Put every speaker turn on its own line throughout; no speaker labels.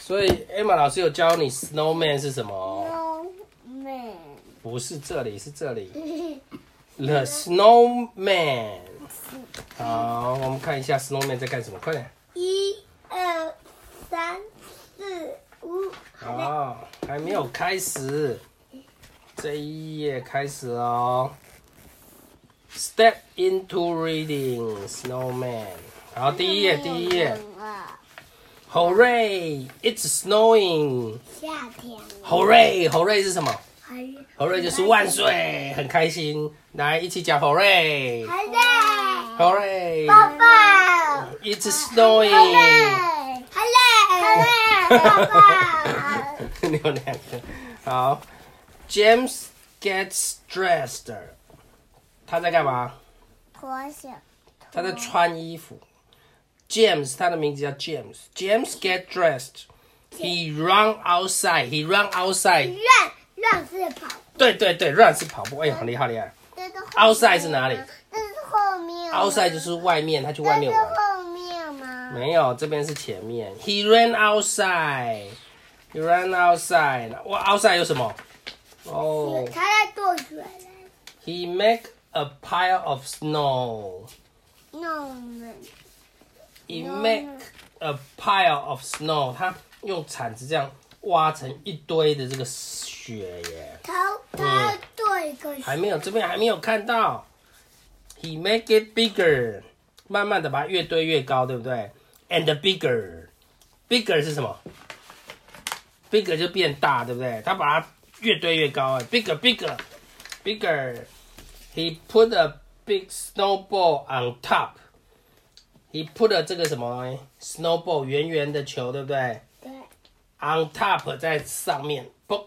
所以 Emma 老师有教你 snowman 是什么？
No man，
不是这里，是这里。The snowman。好，我们看一下 snowman 在干什么，快点。
一二三四五，
好，还没有开始，这一页开始哦。Step into reading snowman。好，第一页，第一页。
了，
Hooray! It's snowing.
夏天了，
Hooray! Hooray 是什么
还
？Hooray 就是万岁，很开心。来，一起讲 Hooray!
还在，
Hooray!
爸，
It's
还
snowing.
在，还在，爸爸，
你有两个。好，James gets dressed. 他在干嘛？
脱下，
他在穿衣服。James，他的名字叫 James。James get dressed. He run outside. He run outside.
乱乱是跑，
对对对，run 是跑步。哎呀，很厉害厉害。
这是后面
Outside 是哪里？
这是后面吗
outside 就是外面，他去外面
这是
玩。
后面吗？
没有，这边是前面。He ran outside. He ran outside. 哇，outside 有什么？哦、
他在做雪人。
He make a pile of snow.
No，
He make a pile of snow. 他用铲子这样挖成一堆的这个雪耶。
他他要做一个
还没有，这边还没有看到。He make it bigger. 慢慢的把它越堆越高，对不对？And bigger. Bigger 是什么？Bigger 就变大，对不对？他把它越堆越高哎，bigger bigger bigger。He put a big snowball on top. He put a 这个什么哎 snowball 圆圆的球，对不对
对
？On top 在上面，book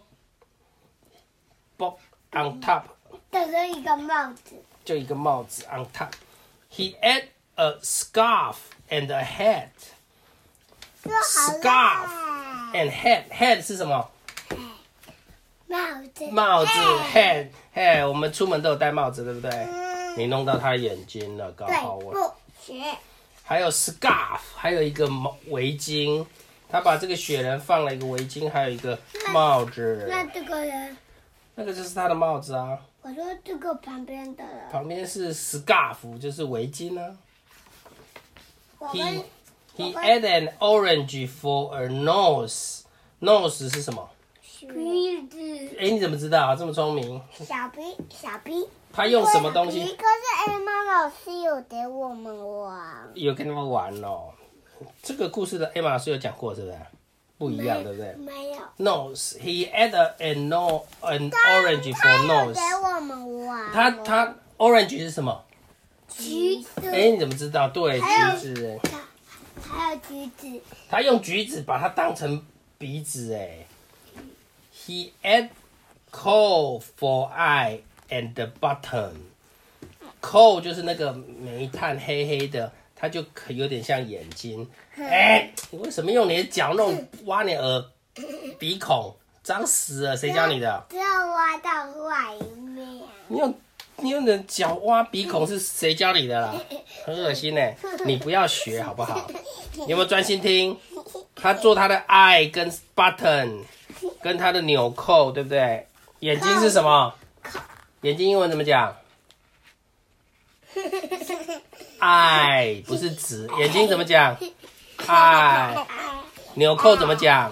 book on top
戴着一个帽子，
就一个帽子 on top。He had a scarf and a hat
说好
Scarf
了，
and head head 是什么？
帽子
帽子
哎
head head，我们出门都有戴帽子，对不对？
嗯
你弄到他眼睛了，搞
对
好啊我。
不是
还有 scarf，还有一个毛围巾，他把这个雪人放了一个围巾，还有一个帽子，
那这个人，
那个就是他的帽子啊。
我说这个旁边的人，
旁边是 scarf，就是围巾啊。
我
He
们
he add an orange for a nose。nose 是什么？
鼻子
哎，你怎么知道啊？这么聪明？
小鼻小鼻，
他用什么东
小鼻
西？
可是 M 老师有给我们玩，
有跟他们玩哦。这个故事的 Emma 老师有讲过，是不是？不一样，对不对
没有，
？Nose he add a an no an orange
他
for
有给
nose。
我们玩，
他他 orange 是什么？
橘子，
哎，你怎么知道？对，
还有
橘子。
还有橘子，
他用橘子把它当成鼻子哎。He add coal for eye and the button. Coal 就是那个煤炭黑黑的，它就可有点像眼睛。哎、你为什么用你的脚弄挖你耳鼻孔？脏死了，谁教你的？
只有挖到外面。
你用你用你的脚挖鼻孔是谁教你的啦？很恶心呢、你不要学好不好？你有没有专心听？他做他的 eye 跟 button，跟他的纽扣，对不对？眼睛是什么？眼睛英文怎么讲？eye 不是指眼睛怎么讲？eye 纽扣怎么讲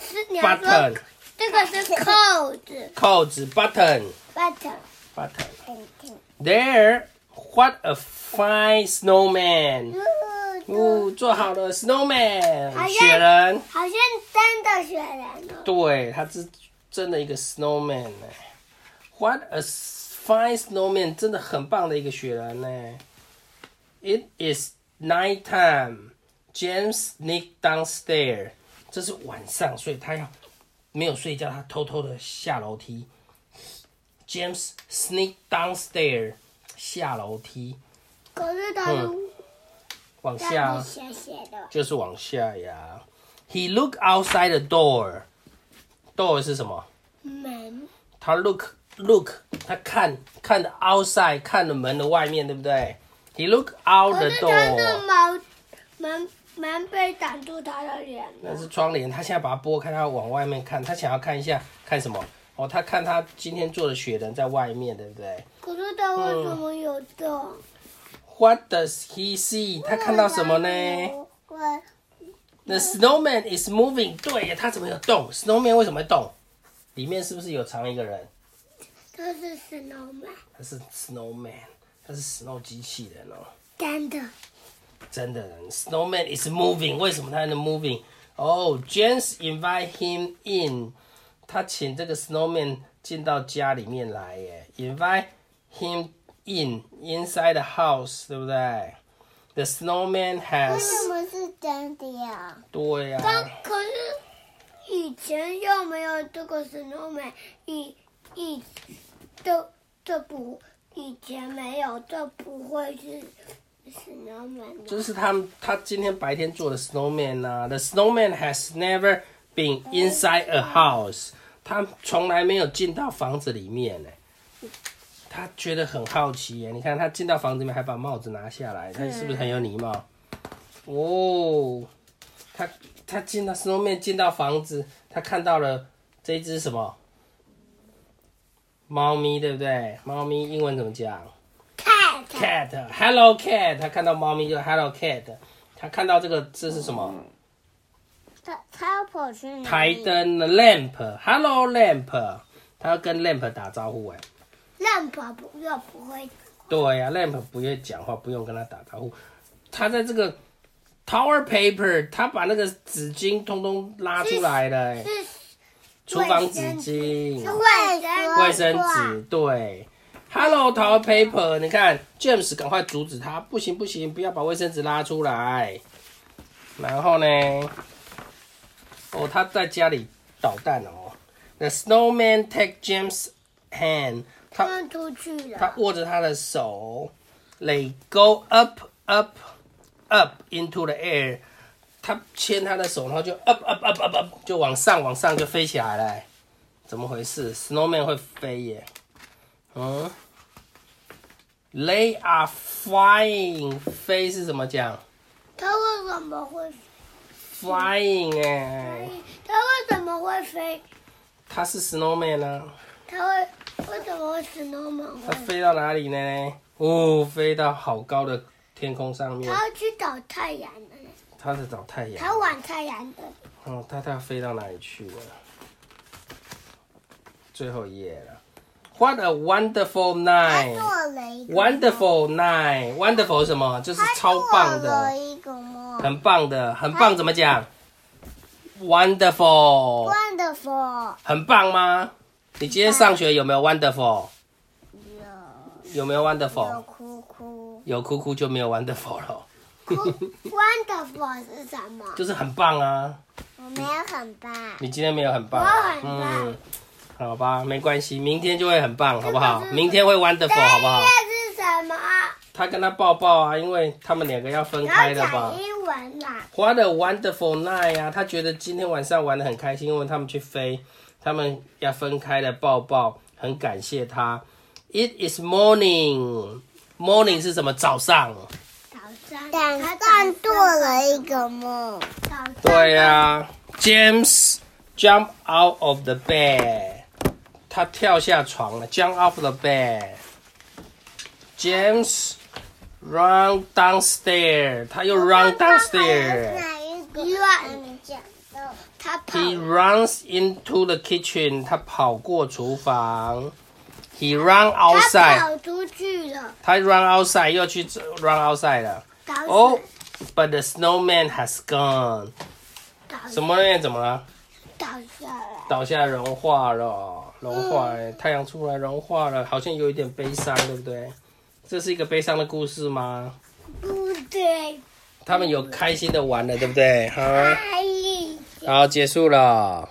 是你要说
？button
这个是扣子
扣子 button
，button，
button。
等等，
There, what a fine snowman！
嗯，
哦，做好了 snowman
好像
雪人，
好像真的雪人哦。
对，它是真的一个 snowman 呢。What a fine snowman！真的很棒的一个雪人呢。It is night time. James sneak downstairs. 这是晚上，所以他要没有睡觉，他偷偷的下楼梯。James sneak downstairs. 下楼梯，
可是它是
往下
让你。斜斜的，
就是往下呀。He look outside the door. Door 是什么？
门
他 look look，他看看的 outside，看的门的外面，对不对？He look out
可
the
是它
door.
的门门门被挡住他的脸了。
那是窗帘，他现在把它拨开，他往外面看，他想要看一下看什么？哦，他看他今天做的雪人在外面，对不对
可是他为什么有洞？
？What does he see？他看到什么
Oh
呢
我
？The snowman is moving。对呀，他怎么有动？Snowman 为什么会动？里面是不是有藏一个人？
他是 snowman，
他是 snowman，他是 snow 机器人哦。
真的。
真的人，Snowman is moving，为什么他能 moving？哦、j a m e s invite him in，他请这个 Snowman 进到家里面来耶，invite him in inside the house，对不对？The snowman
为
has，
什么是真的呀？
对啊呀、
但可是以前又没有这个 snowman，以以这这不以前没有，这不会是 snowman 的。
就是他们他今天白天做的 snowman 啊，The snowman has never been inside a house，他从来没有进到房子里面呢。他觉得很好奇耶，你看他进到房子里面还把帽子拿下来，他是不是很有礼貌？哦，他他进到 snowman 进到房子，他看到了这只什么？猫咪对不对？猫咪英文怎么讲？
cat
cat，hello cat，他看到猫咪就 hello cat，他看到这个这是什么？
他他要跑去哪里
台灯的 lamp，hello lamp，他要跟 lamp 打招呼哎。
让跑不又不会
对呀、l a m p 不愿意讲话，不用跟他打招呼。他在这个 tower paper，他把那个纸巾通通拉出来了哎，
是
厨房纸巾
是、卫生
卫生纸，对。Hello, tower paper！你看，James 赶快阻止他，不行不行，不要把卫生纸拉出来。然后呢？哦，他在家里捣蛋哦。The snowman take James' hand，他
他们出去
他
了。
握着他的手，They go up, up, up into the air。他牵他的手，然后就 up, up, up, up, up，就往上，往上就飞起来了。怎么回事？Snowman 会飞耶？嗯，They are flying。飞是怎么讲
他为什么会
？Flying 哎、
飞？他为什么会飞？
他是 Snowman 啊。
他会为什么会 snowman
他
会飞？
飞到哪里呢？哦，飞到好高的天空上面。
他要去找太阳的，
他在找太阳。
他玩太阳的。
哦，它它飞到哪里去了？最后一页了。What a wonderful
他
night!
做了一个
Wonderful night! Wonderful 什么？就是超棒
他做
的，
了一个梦
很棒的，很棒怎么讲？Wonderful，
，wonderful，
很棒吗？你今天上学有没有 wonderful？
有
有没有
有
wonderful？
哭哭
有哭哭就没有 wonderful 了，
哭，wonderful 是什么？
就是很棒啊！
我没有很棒，
你今天没有很棒
我
啊，
很棒
嗯，好吧，没关系，明天就会很棒，好不好
这个？是
明天会 wonderful，好不好？
这是什么？
他跟他抱抱啊，因为他们两个要分开
然后
了吧
讲。英文啦，
What a wonderful night 啊！他觉得今天晚上玩的很开心，因为他们去飞，他们要分开了抱抱，很感谢他。It is morning. Morning 是什么？早上。
早上
但
他
但做了一个梦，
早上
对呀、James jump out of the bed，他跳下床了，jump out of the bed。James run downstairs，他又
还
run downstairs。
有一个
乱
讲到
他跑
He runs into the kitchen，他跑过厨房。He run
他
outside，
跑出去了，
他 run outside 又去 run outside 了。
早上
哦、b u t the snowman has gone。
早上
什么呢？怎么了？
倒下来，
倒下融化了，融化、欸，太阳出来融化了，好像有一点悲伤，对不对？这是一个悲伤的故事吗？
不对，
他们有开心的玩了，对不对？好，
阿姨。
好，结束了。